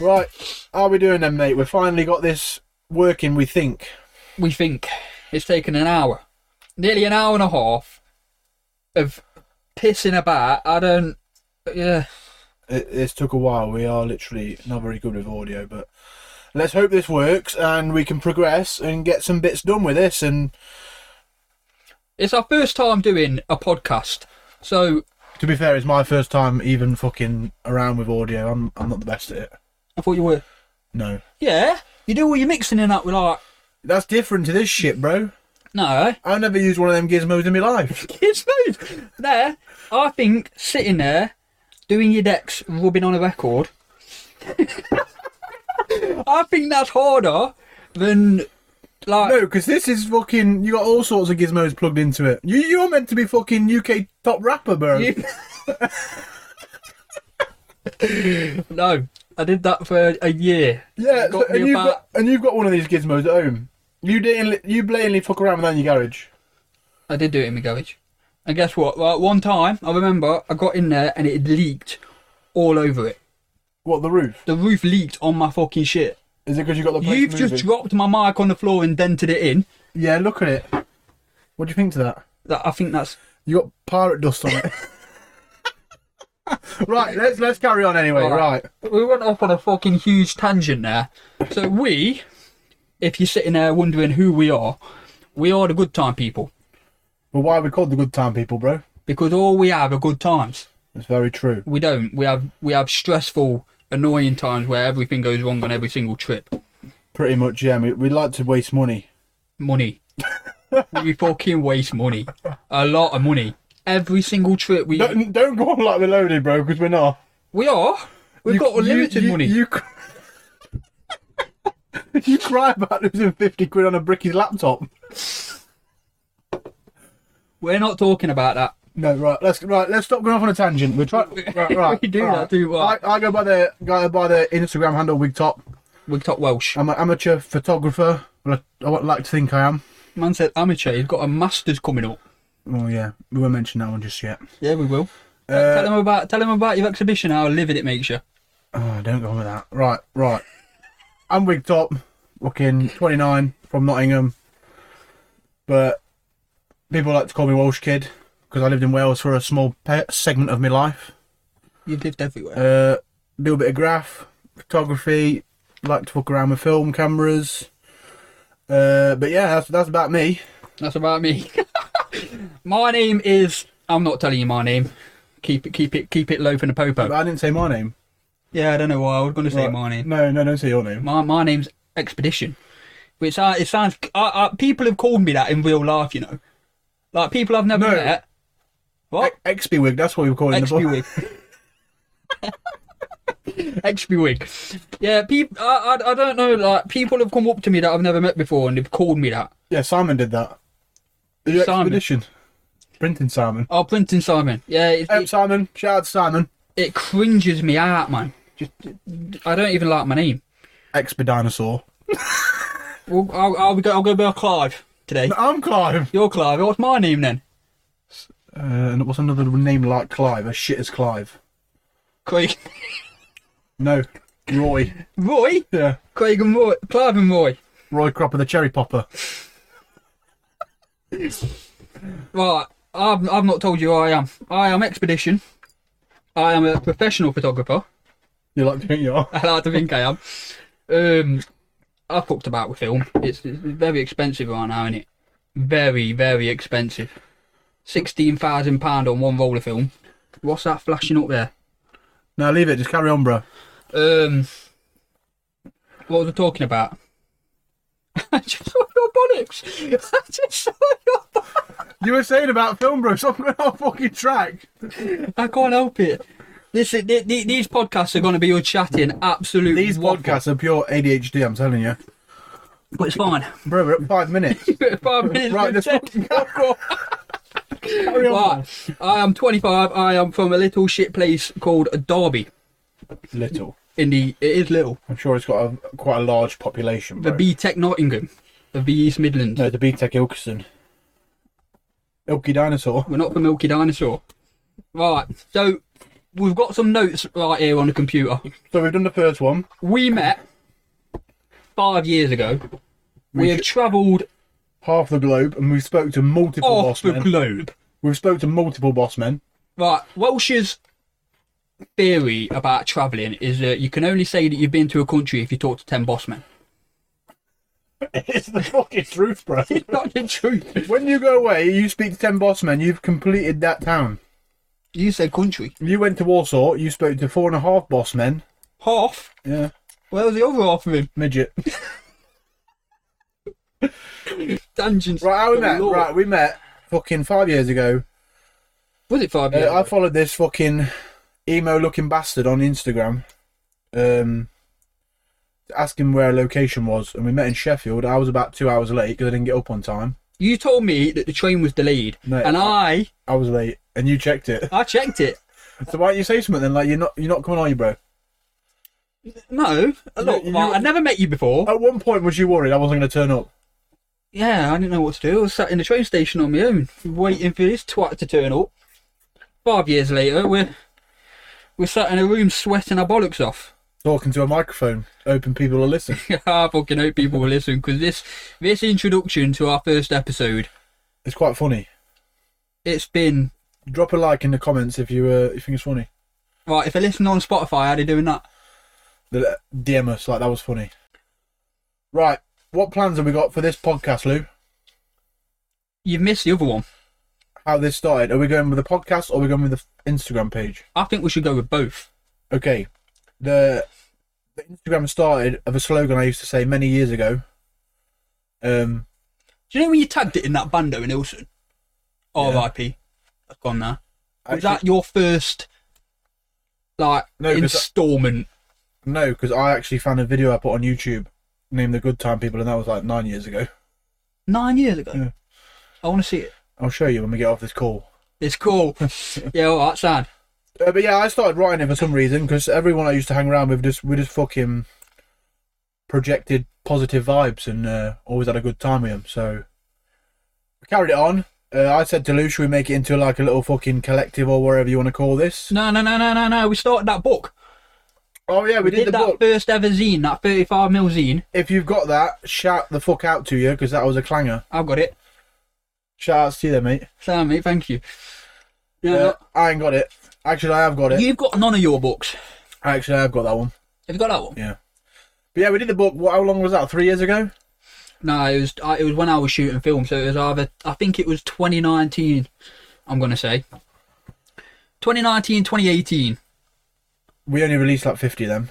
Right, how are we doing then, mate? We've finally got this working, we think. We think it's taken an hour, nearly an hour and a half of pissing about. I don't. Yeah. It, it's took a while. We are literally not very good with audio, but let's hope this works and we can progress and get some bits done with this. And It's our first time doing a podcast, so to be fair, it's my first time even fucking around with audio. I'm, I'm not the best at it. I thought you were. No. Yeah, you do all your mixing and that with like. That's different to this shit, bro. No, I've never used one of them gizmos in my life. it's smooth. There, I think sitting there, doing your decks, and rubbing on a record. I think that's harder than like. No, because this is fucking. You got all sorts of gizmos plugged into it. You, you're meant to be fucking UK top rapper, bro. You- no, I did that for a year. yeah, It got so- me and you've about- got and you've got one of these gizmos at home. You didn't. You blatantly fuck around with that in your garage. I did do it in my garage. And guess what? Well, one time, I remember I got in there and it had leaked all over it. What the roof? The roof leaked on my fucking shit. Is it because you got the? plate You've moving? just dropped my mic on the floor and dented it in. Yeah, look at it. What do you think to that? That I think that's You got pirate dust on it. right, let's let's carry on anyway. All Right. right. we went off on a fucking huge tangent there. So we, if you're sitting there wondering who we are, we are the good time people Well, why are we called the good time people, bro? because all we have are good times. It's very true. We don't. We have we have stressful, annoying times where everything goes wrong on every single trip. Pretty much, yeah. We, we like to waste money. Money. we fucking waste money, a lot of money. Every single trip we Don't, don't go on like we're loaded, bro, because we're not. we are. We've You- got you- unlimited you- money. You, cr- you cry about losing 50 quid on a bricky's laptop. We're not talking about that. No, right. Let's right. Let's stop going off on a tangent. We're trying. Right, right. We do right. that too well. I, I go by the go by the Instagram handle Wig Top. We talk Welsh. I'm an amateur photographer. Well, I, I would like to think I am. Man said amateur. He's got a masters coming up. Oh yeah, we won't mention that one just yet. Yeah, we will. Uh, tell Uh, him about tell him about your exhibition. How livid it makes you. Oh, don't go on with that. Right, right. I'm Wig Top, looking 29 from Nottingham, but people like to call me Welsh Kid because I lived in Wales for a small pe- segment of my life. You've lived everywhere. Uh, do a bit of graph, photography, like to fuck around with film cameras. Uh, but yeah, that's that's about me. That's about me. my name is. I'm not telling you my name. Keep it, keep it, keep it low for the But popo. I didn't say my name. Yeah, I don't know why I was going to say Right. my name. No, no, don't say your name. My my name's Expedition, which I, it sounds. I, I, people have called me that in real life, you know, like people I've never No. met. What? XP Wig. That's what we were calling the XP book. wig. XP wig. Yeah, people. I, I I don't know. Like people have come up to me that I've never met before, and they've called me that. Yeah, Simon did that. The Simon. expedition. Printing Simon. Oh, Printing Simon. Yeah, it, Um, it, Simon, shout out to Simon. it cringes me out, man. Just, I don't even like my name. Expa Dinosaur. Well, I'll, I'll go. I'll go by Clive today. I'm Clive. You're Clive. What's my name then? Uh, and what's another name like Clive? A shit as Clive. Craig, No, Roy. Roy, yeah, Craig and Roy, Clive and Roy. Roy Cropper the Cherry Popper. Right, I've I've not told you who I am. I am Expedition. I am a professional photographer. You like doing your? I like to think I am. Um, I've talked about with film. It's, it's very expensive right now, isn't it? Very, very expensive. Sixteen thousand pound on one roll of film. What's that flashing up there? No, leave it. Just carry on, bro. Um, what was I talking about? I just saw your bollocks. I just saw your. Bo- You were saying about film, bro. So I'm going off fucking track. I can't help it. This is- th- th- these podcasts are going to be your chatting absolute. These waffle. podcasts are pure ADHD. I'm telling you, but it's fine. bro. We're at five minutes. Five minutes. Right, let's we've said- fucking Carry on. Right, I am 25. I am from a little shit place called Derby. bro. Little. In the it is little I'm sure it's got a quite a large population. the Bro. B Tech Nottingham of the East Midlands. no, the BTEC Ilkeston. Ilky Dinosaur. We're not the Milky Dinosaur. Right, so we've got some notes right here on the computer. So we've done the first one. We met five years ago. We, We have sh- travelled half the globe, and we've spoke to multiple off boss the men. globe. we've spoke to multiple boss men. Right, Welsh's theory about travelling is that you can only say that you've been to a country if you talk to ten bossmen. it's the fucking truth, bro. It's not the truth. when you go away, you speak to ten boss men. You've completed that town. You said country. You went to Warsaw. You spoke to four and a half boss men. Half. Yeah, Where was the other half of him? midget. Tangents. Right, how we met? galore. Right, we met fucking five years ago. Was it five Uh, years? I ago? followed this fucking emo-looking bastard on Instagram. Um, to ask him where a location was, and we met in Sheffield. I was about two hours late because I didn't get up on time. You told me that the train was delayed, No. and I I was late, and you checked it. I checked it. So why don't you say something then? Like you're not you're not coming, are you, bro? No, look, you- Oh. right, I'd never met you before. At one point, was you worried I wasn't going to turn up? Yeah, I didn't know what to do. I was sat in the train station on my own, waiting for this twat to turn up. Five years later, we're we're sat in a room sweating our bollocks off. Talking to a microphone, hoping people will listen. I Ah, fucking hope people will listen because this this introduction to our first episode, It's quite funny. it's been Drop a like in the comments if you uh, if you think it's funny. right. If I listen on Spotify, how they doing that? The- DM us like that was funny. Right, what plans have we got for this podcast, Lou? You've missed the other one. How this started? Are we going with the podcast or are we going with the Instagram page? I think we should go with both. Okay, the the Instagram started of a slogan I used to say many years ago. Um, Do you know when you tagged it in that bando in Ilson? R.I.P. I've gone now. Was actually- that your first like No, 'cause- instalment? No, because I actually found a video I put on YouTube named The Good Time People, and that was like nine years ago. Nine years ago. Yeah. I want to see it. I'll show you when we get off this call. It's cool. yeah, all right, sad. Uh, but yeah, I started writing it for some reason because everyone I used to hang around with just we just fucking projected positive vibes and uh, always had a good time with them. So we carried it on. Uh, I said to Lou, should we make it into like a little fucking collective or whatever you want to call this? No, no, no, no, no, no. We started that book. Oh yeah, we, We did, the that book. first ever zine, that 35 mil zine. If you've got that, shout the fuck out to you because that was a clanger. I've got it. Shout outs to you, there, mate. Sam, mate, thank you. Uh, Yeah, I ain't got it. Actually, I have got it. you've got none of your books. Actually, I have got that one. Have you got that one? But yeah, we did the book. What, how long was that? Three years ago? No, it was I- it was when I was shooting film, so it was either I think it was 2019. I'm gonna say 2019, 2018. We only released like fifty of them.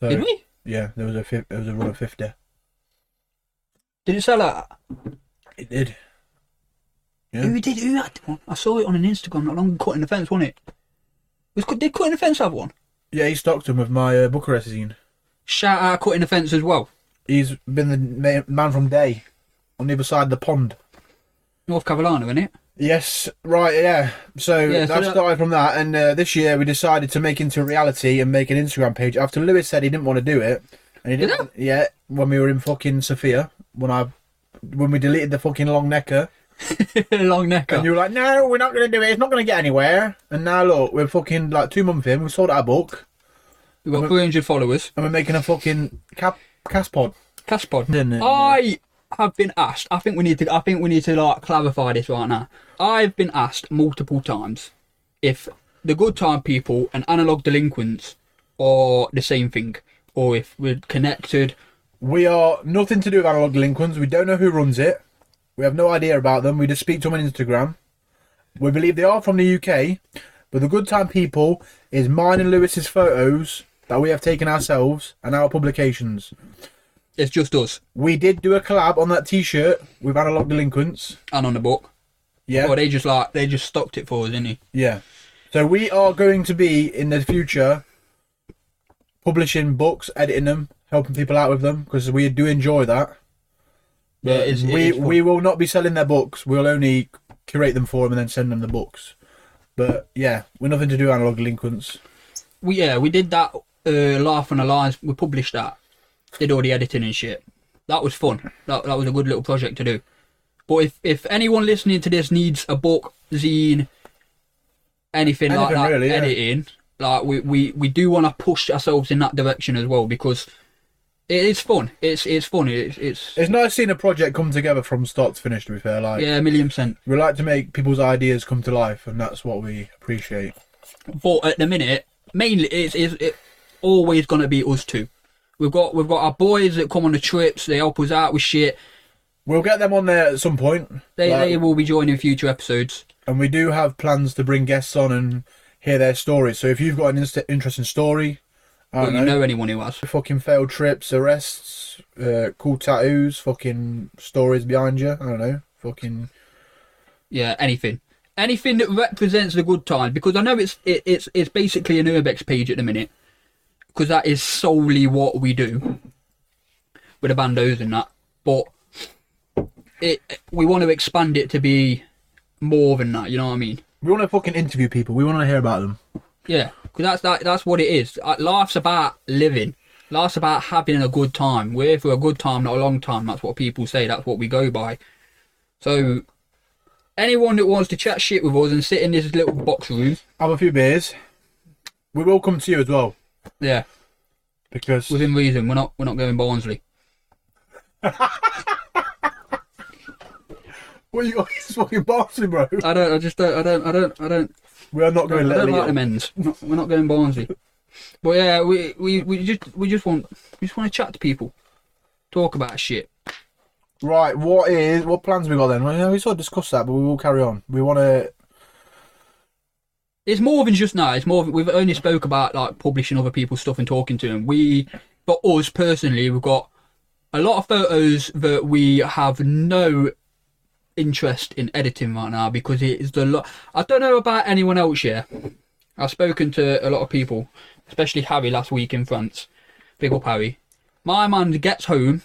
So, Did we? Yeah, there was a fif- there was a run of fifty. Did it sell out? It did. Yeah. Who did? Who had one? I saw it on an Instagram not long. ago, Cutting the fence, wasn't it? Was Cut- did cutting the fence have one? Yeah, he stocked them with my uh, Bucharest zine. Shout out cutting the fence as well. He's been the ma- man from day on the other side of the pond. North Carolina, innit? Yes, right, yeah. So Yeah, that so that- started from that, and uh, this year we decided to make into a reality and make an Instagram page. After Lewis said he didn't want to do it, and he Did didn't. yeah, when we were in fucking Sofia, when I when we deleted the fucking long necker. Long necker. And you were like, no, we're not going to do it. It's not going to get anywhere. And now look, we're fucking like two months in. We sold our book, We've got 300 followers. and we're making a fucking cap cast pod. Caspod. Didn't it? I have been asked. I think we need to. I think we need to like clarify this right now. I've been asked multiple times if the good time people and analog delinquents are the same thing, or if we're connected. We are nothing to do with Analog Delinquents. We don't know who runs it. We have no idea about them. We just speak to them on Instagram. We believe they are from the UK, but the good time people is mine and Lewis's photos that we have taken ourselves and our publications. It's just us We did do a collab on that T-shirt with Analog Delinquents. and on the book. Yeah. Or they just like they just stocked it for us, didn't they? Yeah. So we are going to be in the future publishing books, editing them, helping people out with them because we do enjoy that. Yeah, it is- it we is fun. we will not be selling their books. We'll only curate them for them and then send them the books. But yeah, we're nothing to do with analog delinquents. We yeah we did that. Uh, Laugh on the lines. We published that. Did all the editing and shit. That was fun. That that was a good little project to do. But if if anyone listening to this needs a book, zine, anything, like Anything that, really, yeah. editing, Like we, we, we do want to push ourselves in that direction as well because it is fun. It's it's fun. It's it's It's nice seeing a project come together from start to finish. To be fair, like yeah, a million percent. we like to make people's ideas come to life, and that's what we appreciate. But at the minute, mainly it's it's it always gonna be us two. We've got we've got our boys that come on the trips. They help us out with shit. We'll get them on there at some point, They like- they will be joining future episodes. and we do have plans to bring guests on and hear their stories. So if you've got an inst- interesting story, I But don't you know, know anyone who has? fucking failed trips, arrests, uh, cool tattoos, fucking stories behind you. I don't know, fucking Yeah, anything. Anything that represents the good times, because I know it's it, it's it's basically an Urbex page at the minute, because that is solely what we do with the bandos and that. But it we want to expand it to be more than that. You know what I mean? We want to fucking interview people. We want to hear about them. Yeah, because that's that, that's what it is. Uh, Life's about living. Life's about having a good time. We're here for a good time, not a long time. That's what people say. That's what we go by. So, anyone that wants to chat shit with us and sit in this little box room, Have a few beers. We will come to you as well yeah, because within reason. We're not we're not going Barnsley. what you got is fucking Barnsley, bro. I don't. I just don't. I don't. I don't. I don't. We are not I going to don't like let them ends. No, We're not going Barnsley. But yeah, we, we we just we just want we just want to chat to people, talk about shit. Right, what is what plans we got then? Well, yeah, we sort of discussed that, but we will carry on. We want to. it's more than just that. It's more. Than, we've only spoke about like publishing other people's stuff and talking to them. We, but us personally, we've got a lot of photos that we have no interest in editing right now because it is the lot. I don't know about anyone else here. I've spoken to a lot of people, especially Harry last week in France. Big up Harry. My man gets home,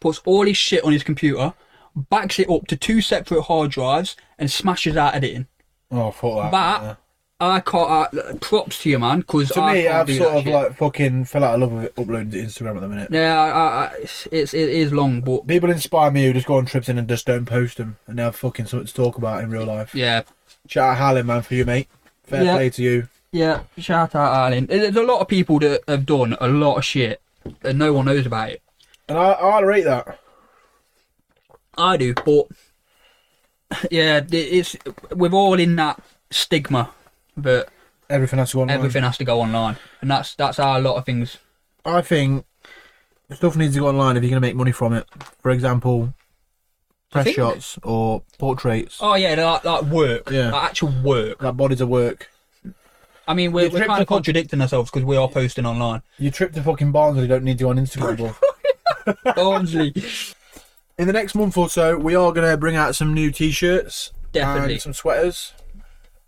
puts all his shit on his computer, backs it up to two separate hard drives, and smashes out editing. Oh fuck that! That yeah. I can't. Uh, props to you, man. Because To me, can't I've do sort that of shit. like fucking fell out of love with it, uploading to Instagram at the minute. Yeah, I, I, I- it's it's- it is long, but People inspire me who just go on trips in and just don't post them, and they have fucking something to talk about in real life. yeah, Shout out Harlem, man, for you, mate. Fair Yeah. play to you. yeah. Shout out, Arlen. There's a lot of people that have done a lot of shit, and no one knows about it. And I, I rate that. I do, but yeah, it- it's we're all in that stigma that Everything has to go on. everything has to go online, and that's that's how a lot of things. I think stuff needs to go online if you're going to make money from it. For example, press think- shots or portraits. Oh yeah, they're like like work, Yeah. like actual work. That bodies of work. I mean, we're, Your we're trip kind to of con- contradicting ourselves because we are posting online. You trip to fucking Barnsley, don't need to go on Instagram. bro. Obviously, In the next month or so, we are going to bring out some new t-shirts definitely. and some sweaters.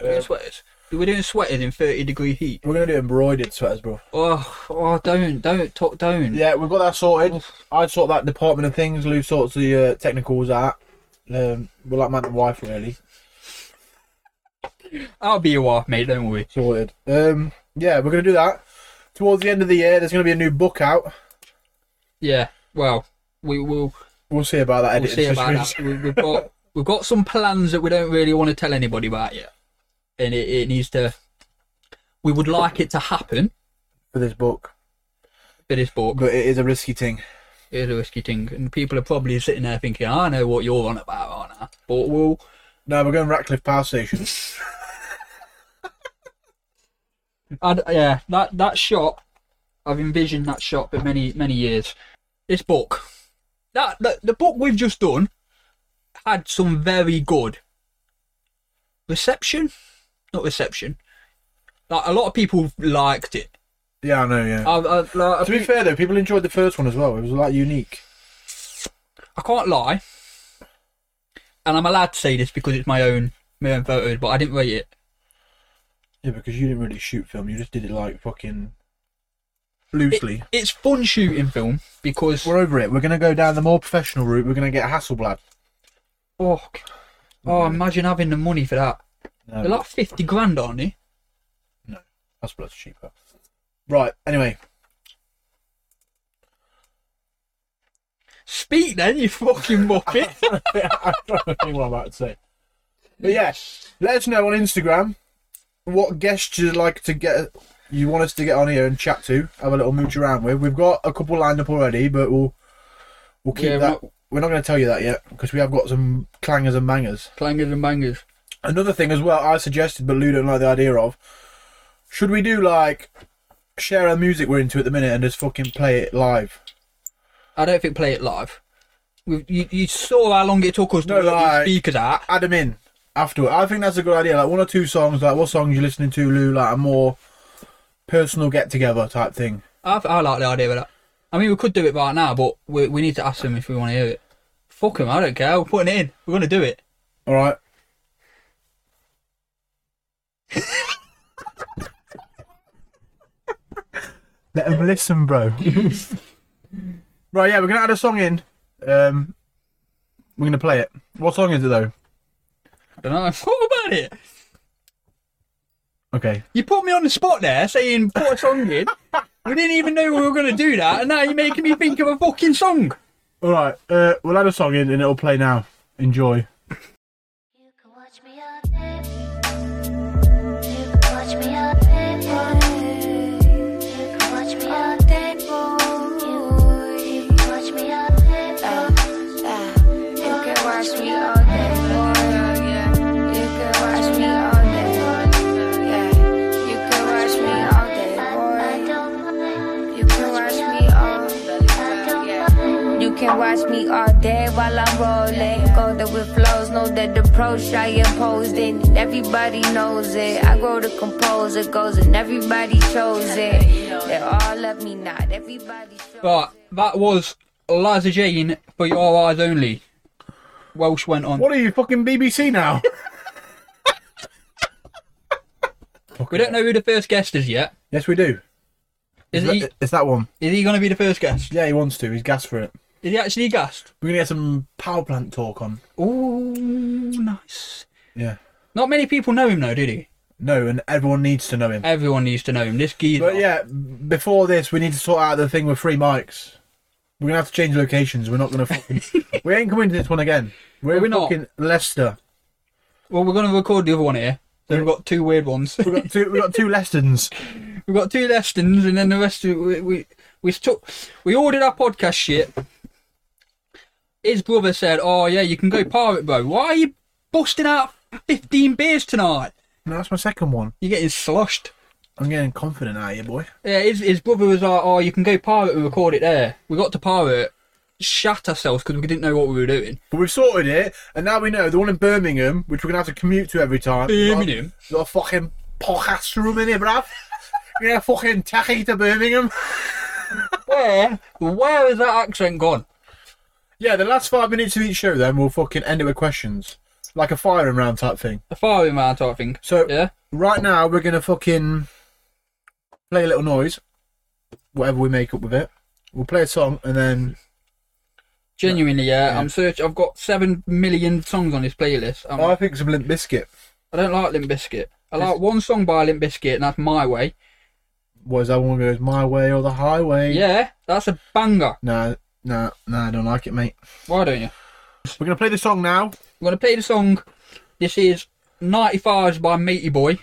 We're doing sweaters. We're doing sweaters in 30 degree heat. We're going to do embroidered sweaters, bro. Oh, oh don't, don't, talk, don't. Yeah, we've got that sorted. I sort that department of things. Lou sorts the uh, technicals out. Um, we're like man and wife, really. I'll be your wife, mate, don't worry. Sorted. Um, yeah, we're going to do that. Towards the end of the year, there's going to be a new book out. Yeah, well, we will We'll see about that we'll editing see about that. situation. We, we've, got, we've got some plans that we don't really want to tell anybody about yet. And it, it needs to, we would like it to happen for this book, for this book. but it is a risky thing. It's a risky thing. And people are probably sitting there thinking, I know what you're on about, aren't I? But we'll, No, we're going Ratcliffe Power Station. And yeah, that that shot, I've envisioned that shot for many many years. This book, that the, the book we've just done, had some very good reception, not reception. Like a lot of people liked it. yeah, I know. Yeah. I, I, to like, be fair though, people enjoyed the first one as well. It was like unique. I can't lie, and I'm allowed to say this because it's my own my own photos, but I didn't rate it. Yeah, because you didn't really shoot film. You just did it like fucking loosely. It's fun shooting film because we're over it. We're gonna go down the more professional route. We're gonna get Hasselblad. fuck. Oh, imagine having the money for that. No, They're like fifty grand, aren't they? Hasselblad's cheaper. Right. Anyway, Speak then, you fucking muppet. I don't know what I'm about to say. But yeah, let us know on Instagram what guests you'd like to get, you want us to get on here and chat to, have a little mooch around with. We've got a couple lined up already, but we'll we'll keep Yeah, that. We're not going to tell you that yet because we have got some clangers and bangers. Clangers and bangers. Another thing as well, I suggested, but Lou don't like the idea of. Should we do like share our music we're into at the minute and just fucking play it live? I don't think play it live. We, you, you saw how long it took us to No, work these like- speakers out. Add them in afterward. I think that's a good idea. Like one or two songs, like what songs you listening to, Lou? Like a more personal get together type thing. I, I like the idea of that. I mean, we could do it right now, but we, we need to ask them if we want to hear it. Fuck them, I don't care. We're putting it in. We're going to do it. All right. Let them listen, bro. right, yeah, we're gonna add a song in. Um, we're gonna play it. What song is it though? I don't know. What about it? Okay. You put me on the spot there saying put a song in. we didn't even know we were going to do that, and now you're making me think of a fucking song. All right. Uh, we'll add a song in and it'll play now. Enjoy. You can watch me all day. You can watch me all day, boy. You can watch me all day, boy. You can watch me all day, boy. You can watch me all day, boy. You can watch me all day, boy. You can watch me all day, boy. You can watch You can watch me all day, boy. me all day while I'm rolling. Golden with flows, know that the approach I imposed in. and Everybody knows it. I grow to compose it goes and everybody chose it. They all love me not. Everybody shows Right, that was Liza Jane for Your Eyes Only. Welsh went on. What are you fucking BBC now? We don't know who the first guest is yet. yes, we do. Is It's he? that- it's that one. Is he going to be the first guest? Yeah, he wants to. He's gas for it. Is he actually gassed? We're gonna get some power plant talk on. Oh, nice. Yeah. Not many people know him though, did he? No, and everyone needs to know him. Everyone needs to know him. This geezer. But yeah, before this, we need to sort out the thing with free mics. We're gonna have to change locations. We're not gonna fucking. we ain't coming to this one again. We're Are we in not? fucking Leicester. Well, we're going to record the other one here. So we've got two weird ones. We got two. We got two Leicestons. we've got two lessons, and then the rest of we we we took we ordered our podcast shit. His brother said, "Oh yeah, you can go pirate, bro. Why are you busting out fifteen beers tonight? No, that's my second one. You're getting sloshed." I'm getting confident out of you, boy. Yeah, his, his brother was like, "Oh, you can go pirate and record it there." We got to pirate, shat ourselves because we didn't know what we were doing. But we've sorted it, and now we know the one in Birmingham, which we're gonna have to commute to every time. Birmingham? Got- Got a fucking podcast room in here, bruv. You're gonna fucking tacky to Birmingham. Where where has that accent gone? Yeah, the last five minutes of each show, then we'll fucking end it with questions, like a firing round type thing. A firing man type thing. So Yeah, right now we're gonna fucking play a little noise, whatever we make up with it. We'll play a song and then genuinely, yeah. I'm search. I've got seven million songs on this playlist. I'm- I think some Limp Biscuit. I don't like Limp Bizkit. I like one song by Limp Bizkit, and that's My Way. What is that one? Goes my way or the highway? Yeah, that's a banger. Nah, nah, nah. I don't like it, mate. Why don't you? We're gonna play the song now. I'm going to play the song. This is 95s by Matey Boy.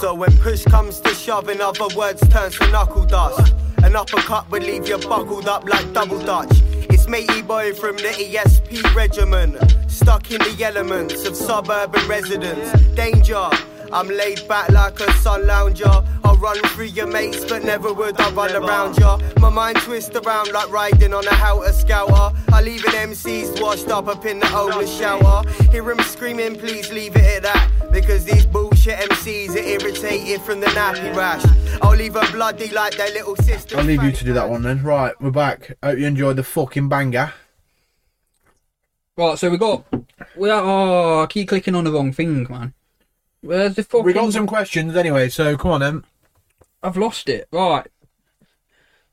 So when push comes to shove, in other words, turns to knuckle dust. An uppercut would leave you buckled up like double dutch. It's matey boy from the ESP regiment, stuck in the elements of suburban residence. Danger. I'm laid back like a sun lounger. I'll run through your mates, but never would I run around ya. My mind twists around like riding on a helter scouter. I leave an MC's washed up up in the older shower. Hear him screaming, please leave it at that. Because these bullshit MCs are irritated from the nappy rash. I'll leave her bloody like their little sister. I'll leave you to do that one then. Right, we're back. Hope you enjoyed the fucking banger. Right, so we got. We are, oh, I keep clicking on the wrong thing, man. Where's the fucking. We got some questions anyway, so come on then. I've lost it. Right.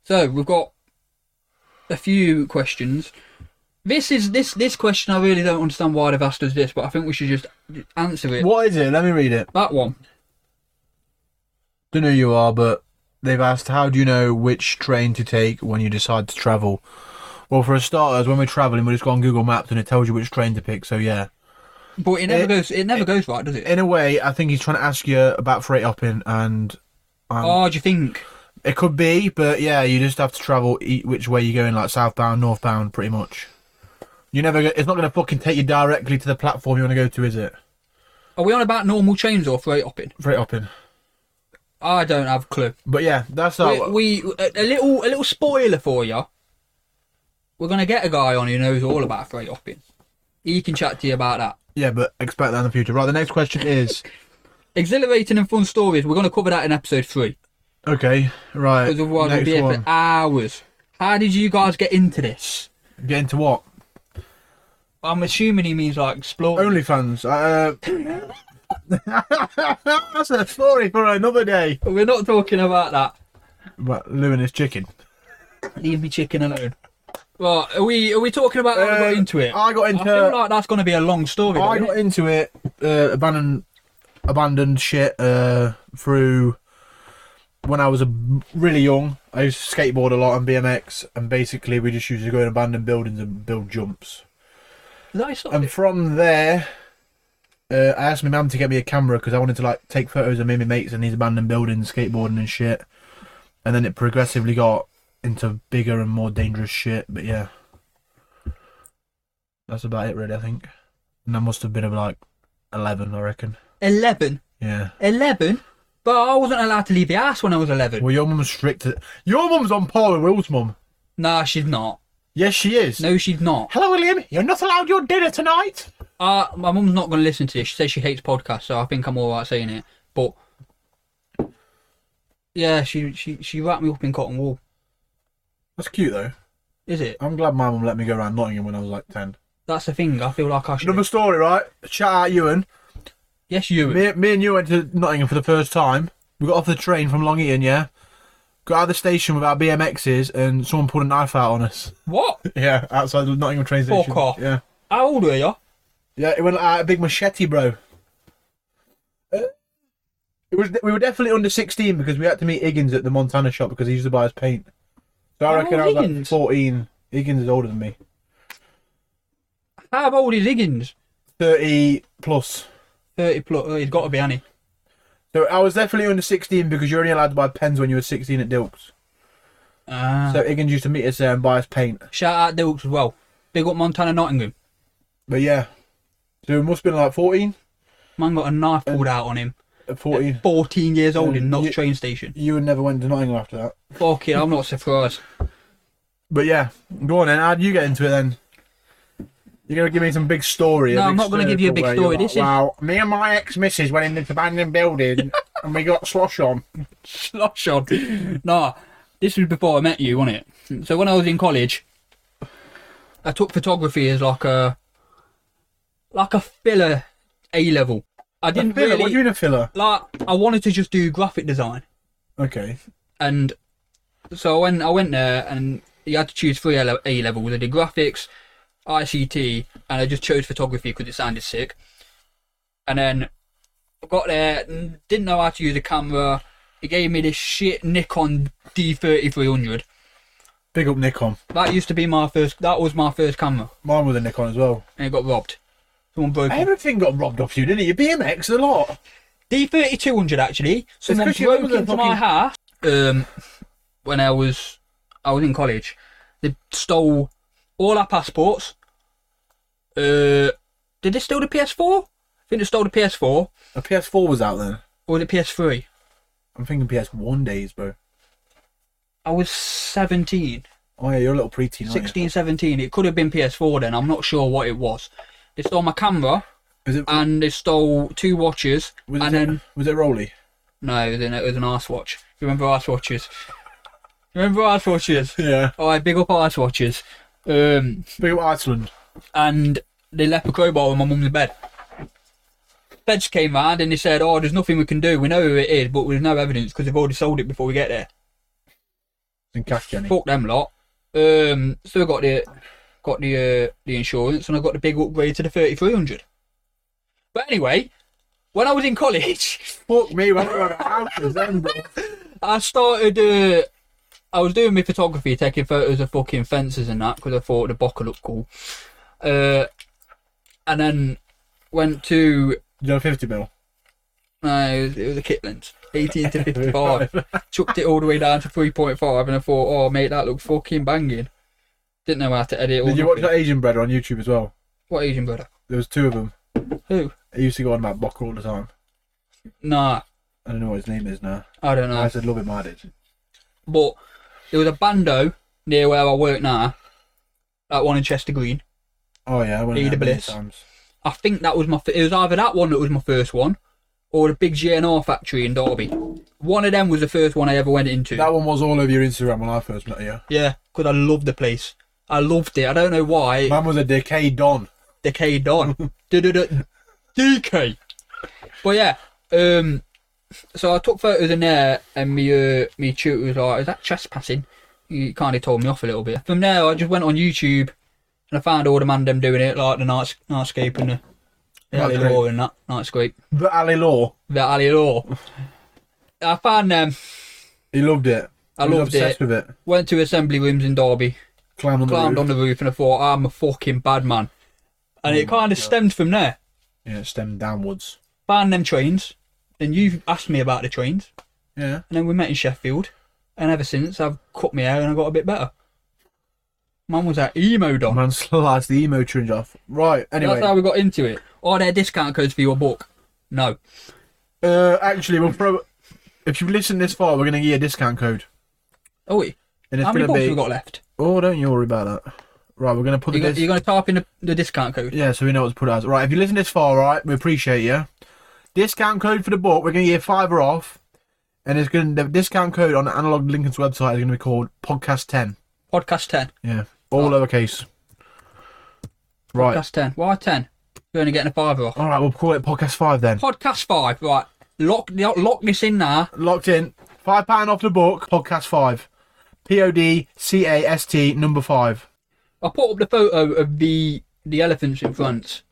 So we've got a few questions. This is this this question. I really don't understand why they've asked us this, but I think we should just answer it. What is it? Let me read it. That one. Don't know who you are, but they've asked, how do you know which train to take when you decide to travel? Well, for a starters, when we're travelling, we just go on Google Maps and it tells you which train to pick. So yeah, But it never It- goes. It eh, never goes right, does it? In a way, I think he's trying to ask you about freight hopping, and oh, do you think? it could be, but yeah, you just have to travel eat which way you're going, like southbound, northbound, pretty much. You never. go- It's not going to fucking take you directly to the platform you want to go to, is it? Are we on about normal chains or freight hopping? Freight hopping. I don't have a clue. But yeah, that's how. we, we a a little a little spoiler for you. We're gonna get a guy on who knows all about freight hopping. He can chat to you about that. yeah, but expect that in the future. Right. The next question is. Exhilarating and fun stories. We're gonna cover that in episode three Okay, right. because otherwise we'll Uh, Next be here one. for hours. How did you guys get into this? Get into what? I'm assuming he means like explore. OnlyFans. Uh, that's a story for another day. We're not talking about that. But Lou and his chicken. Leave me chicken alone. Right, are we are we talking about how we got Um, into it? I got I into- feel like that's going to be a long story. I though, got innit? into it, uh, abandoned, abandoned shit uh, through when I was a, really young. I used to skateboard a lot and BMX, and basically we just used to go in abandoned buildings and build jumps. Is that his story? And from there, uh, I asked my mum to get me a camera because I wanted to like take photos of me and my mates in these abandoned buildings, skateboarding and shit. And then it progressively got into bigger and more dangerous shit. But yeah, that's about it really. I think. And I must have been about like eleven, I reckon. 11. Yeah. 11? But I wasn't allowed to leave the house when I was 11. Well, your mum's strict. At... Your mum's on par with Will's mum. Nah, she's not. Yes, she is. No, she's not. Hello, William. You're not allowed your dinner tonight. Uh, my mum's not going to listen to this. She says she hates podcasts, so I think I'm all right saying it. But yeah, she she she wrapped me up in cotton wool. That's cute though. Is it? I'm glad my mum let me go around Nottingham when I was like ten. That's the thing. I feel like I should. Another story, right? Shout out Ewan. Yes, you. Me, me and you went to Nottingham for the first time. We got off the train from Long Eaton, yeah? Got out of the station with our BMXs and someone pulled a knife out on us. What? Yeah, outside the Nottingham train station. Fuck off. Yeah. How old are you? Yeah, it went out a big machete, bro. Uh, It was, we were definitely under 16 because we had to meet Higgins at the Montana shop because he used to buy us paint. So I How reckon I was old like Higgins? 14. Higgins is older than me. How old is Higgins? 30 plus. 30 plus. Uh, he's got to be, Annie. So I was definitely under 16 because you're only allowed to buy pens when you were 16 at Dilks. Ah. So Higgins used to meet us there and buy us paint. Shout out Dilks as well. Big up Montana Nottingham. But yeah. So it must have been like 14? Man got a knife pulled out on him. Uh, 14. 14 years old in Um, Knox you- train station. You never went to Nottingham after that. Fuck it, I'm not surprised. But yeah, go on then. How'd you get into it then? You're going to give me some big story. No, I'm not gonna going to give you a big story. This is- Wow, me and my ex missus went in this abandoned building and we got slosh on. Slosh on. Nah, this was before I met you, wasn't it? So when I was in college, I took photography as like a like a filler A level. I didn't Filler? really What do you mean a filler? like. I wanted to just do graphic design, Okay. and so when I went there, and you had to choose three A A levels. I did graphics, ICT, and I just chose photography because it sounded sick. And then I got there, and didn't know how to use a camera. He gave me this shit Nikon D3300. Big up Nikon. That used to be my first. That was my first camera, Mine was a Nikon as well. and it got robbed. Someone broke it. Everything got robbed off you, didn't it? Your BMX a lot. D3200 actually. Someone 'cause your broke mum was a into my fucking- house um, when I was I was in college. They stole all our passports. Uh, did they steal the PS4? I think they stole the PS4 A PS4 was out then. or the PS3. I'm thinking PS1 days, bro. I was 17, Oh yeah, you're a little preteen. Aren't 16, 17. It could have been PS4 then. I'm not sure what it was. They stole my camera you? Is it? and they stole two watches Was and it, then was it Rolly? No, it was, an, it was an arse watch. You remember arse watches? You remember arse watches? Yeah. All right, Oh, big up arse watches. Um, Big up Iceland. and they left a crowbar in my mum's bed. Beds came round and they said, "Oh, there's nothing we can do. We know who it is, but there's no evidence because they've already sold it before we get there." In Cash Jenny. Fuck them lot. Um, so I got the got the uh, the insurance and I got the big upgrade to the 3300. But anyway, when I was in college. Fuck me, when I went out houses then, bro. I started. Uh, I was doing my photography, taking photos of fucking fences and that because I thought the bokeh looked cool. Uh, and then went to you know, 50 mil. No, it was, it was a Kitlins. 18 to 55. Chucked it all the way down to 3.5 and I thought, oh, mate, that looks fucking banging. Didn't know how to edit all Did you watch that Asian Bread on YouTube as well? What Asian brother? There was two of them. Who? He used to go on about Bocker all the time. Nah, I don't know what his name is now. I don't know. I said, love it, my did. But there was a bando near where I work now, that one in Chester Green. Oh, yeah, I went Ida there many Bliss. times. I think that was my. F- it was either that one that was my first one, or the Big GNR factory in Derby. One of them was the first one I ever went into. That one was all over your Instagram when I first met you. Yeah, because I loved the place. I loved it. I don't know why. Man was a decay don. Decay Don. Du-du-du- DK. But yeah, um, so I took photos in there, and me uh, me tutor was like, "Is that trespassing?" He kind of told me off a little bit. From there, I just went on YouTube, and I found all the man them doing it, like the night nightscape and the, the alley Nightscape. law and that nightscape, The Alley Law. the alley law. I found them. He loved it. I he was loved obsessed it. with it. Went to assembly rooms in Derby. Climbed on the climbed roof. on the roof and I thought, I'm a fucking bad man. And Oh it kind of stemmed from there. Yeah, it stemmed downwards. Found them trains, and you asked me about the trains, Yeah. and then we met in Sheffield, and ever since I've cut my hair and I got a bit better. Man was that emo don. Man slides the emo change off. Right, anyway. That's how we got into it. Are there discount codes for your book? No. Uh, actually, we'll probably. If you've listened this far, we're going to give you a discount code. Oh wait, And it's how many going books have to be. we got left? Oh, don't you worry about that. Right, we're going to put the. You're, gonna- Dis- you're going to type in the, the discount code. yeah, so we know what to put it as. Right, if you listen this far, right, we appreciate you. Discount code for the book, we're going to give you five or off. And it's going to, the discount code on Analog Lincoln's website is going to be called Podcast10. Podcast ten. Yeah, all lowercase. Right. Oh. Podcast ten. Why ten? You're only getting a fiver off. All right, we'll call it Podcast 5 then. Podcast five. Right. Lock lock this in now. Locked in. £5 pound off the book, Podcast 5. P O D C A S T, number 5. I put up the photo of the the elephants in France.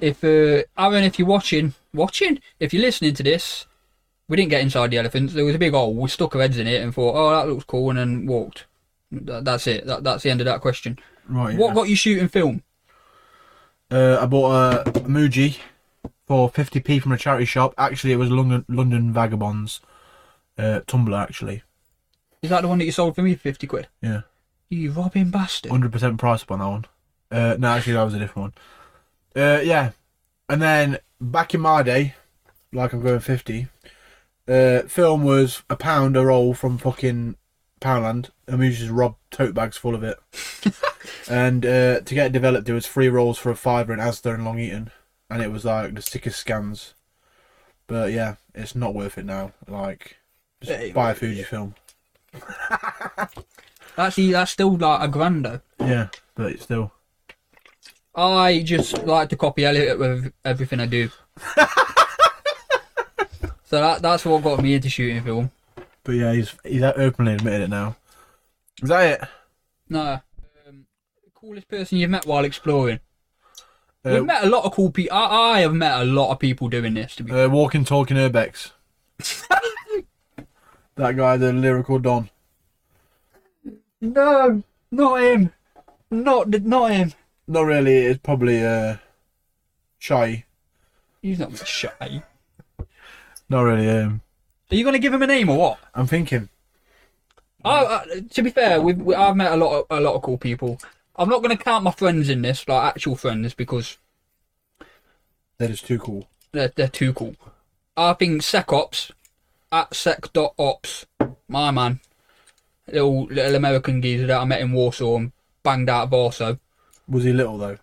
If uh, Aaron, if you're watching, watching, if you're listening to this, we didn't get inside the elephants. There was a big hole. We stuck our heads in it and thought, "Oh, that looks cool," and then walked. That, that's it. That, that's the end of that question. Right. What got you shooting film? Uh, I bought a Muji for 50p from a charity shop. Actually, it was London, London Vagabonds uh, Tumblr, actually. Is that the one that you sold for me for fifty quid? Yeah. You robbing bastard! 100% price up on that one. Uh, no, actually, that was a different one. Uh, yeah. And then back in my day, like I'm going 50, uh, film was a pound a roll from fucking Poundland. And we used to just rob tote bags full of it. and uh, to get it developed, it was three rolls for a fiver in Asda and Long Eaton. And it was like the sickest scans. But yeah, it's not worth it now. Like, just Hey, buy a Fuji film. That's the, that's still like a grand though. Yeah, but it's still. I just like to copy Elliot with everything I do. so that that's what got me into shooting film. But yeah, he's he's openly admitted it now. Is that it? No. Um, coolest person you've met while exploring. Uh, We've met a lot of cool people. I, I have met a lot of people doing this. To be uh, walking, talking Urbex. that guy, the lyrical Don. no, not him. Not not him. Not really. It's probably uh, shy. He's not shy. Are Not really. Um, you going to give him a name or what? I'm thinking. I, I, to be fair, we've, we, I've met a lot of a lot of cool people. I'm not going to count my friends in this, like actual friends, because That is too cool. they're, they're too cool. I think SecOps at sec.ops, my man, little little American geezer that I met in Warsaw and banged out of Warsaw. Was he little though?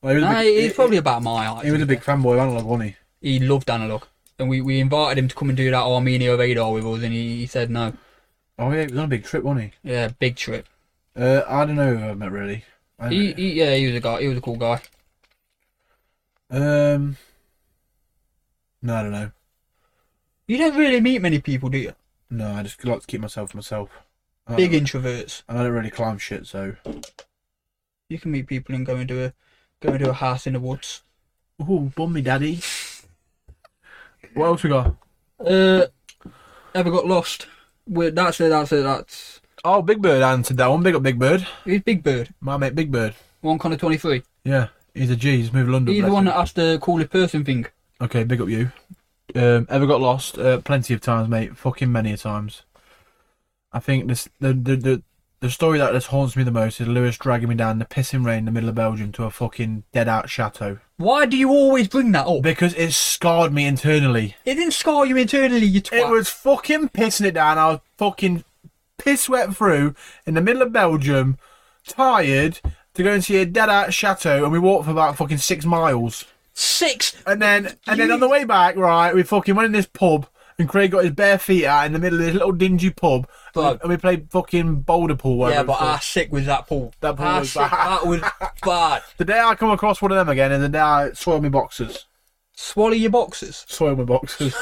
Well, he was a Nah, big, he's he- probably about my height. he was a big fanboy of analog, wasn't he? He loved analog, and we, we invited him to come and do that Armenia radar with us, and he, he said no. Oh yeah, he was on a big trip, wasn't Yeah, big trip. he? Uh, I don't know. who I met really. I He, don't he yeah, he was a guy. He was a cool guy. know. Um, no, I don't know. You don't really meet many people, do you? No, I just like to keep myself to myself. I Big don't- introverts. and I don't really climb shit, so. You can meet people and go and do a go and do a house in the woods. Ooh, bum me, daddy. What else we got? Uh, ever got lost? Well, that's it. That's it. That's Oh, Big Bird answered that one. Big up, Big Bird. He's Big Bird, My mate, Big Bird. one Connor 23. Yeah. He's a G. He's moved to London. He's the bless one him. that asked the coolest person thing. Okay, big up you. Um, ever got lost? Uh, plenty of times, mate. Fucking many a times. I think this the the the, the story that just haunts me the most is Lewis dragging me down the pissing rain in the middle of Belgium to a fucking dead out chateau Why do you always bring that up? because it scarred me internally. It didn't scar you internally, you twat. It was fucking pissing it down. I was fucking piss wet through in the middle of Belgium, tired to go and see a dead out chateau, and we walked for about fucking six miles. six. And then and then on the way back, right, we fucking went in this pub and Craig got his bare feet out in the middle of this little dingy pub But- and we played fucking boulder pool. whatever Yeah, it's but called. how sick was that pool? That pool How was sick- bad. That was bad. the day I come across one of them again and the day I soil my boxes. Swallow your boxes. Soil my boxes.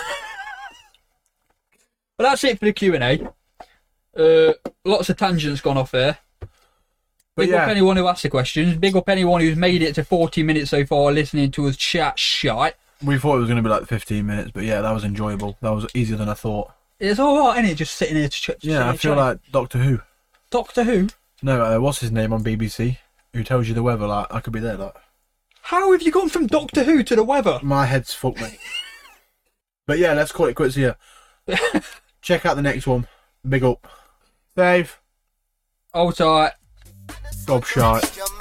But that's it for the Q and A. Uh, lots of tangents gone off there. But Big yeah. up anyone who asked the questions. Big up anyone who's made it to 40 minutes so far listening to us chat shite. we thought it was gonna be like fifteen minutes, but yeah, that was enjoyable. That was easier than I thought. It's all right, innit? Just sitting here to chat. Yeah, I feel like Doctor Who. Doctor Who. No, uh, what's his name on BBC? Who tells you the weather? Like I could be there. Like How have you gone from Doctor Who to the weather? my head's fucked, mate. but yeah, let's call it quits here. Check out the next one. Big up, Dave. Oh, it's all right. Gobshite. Your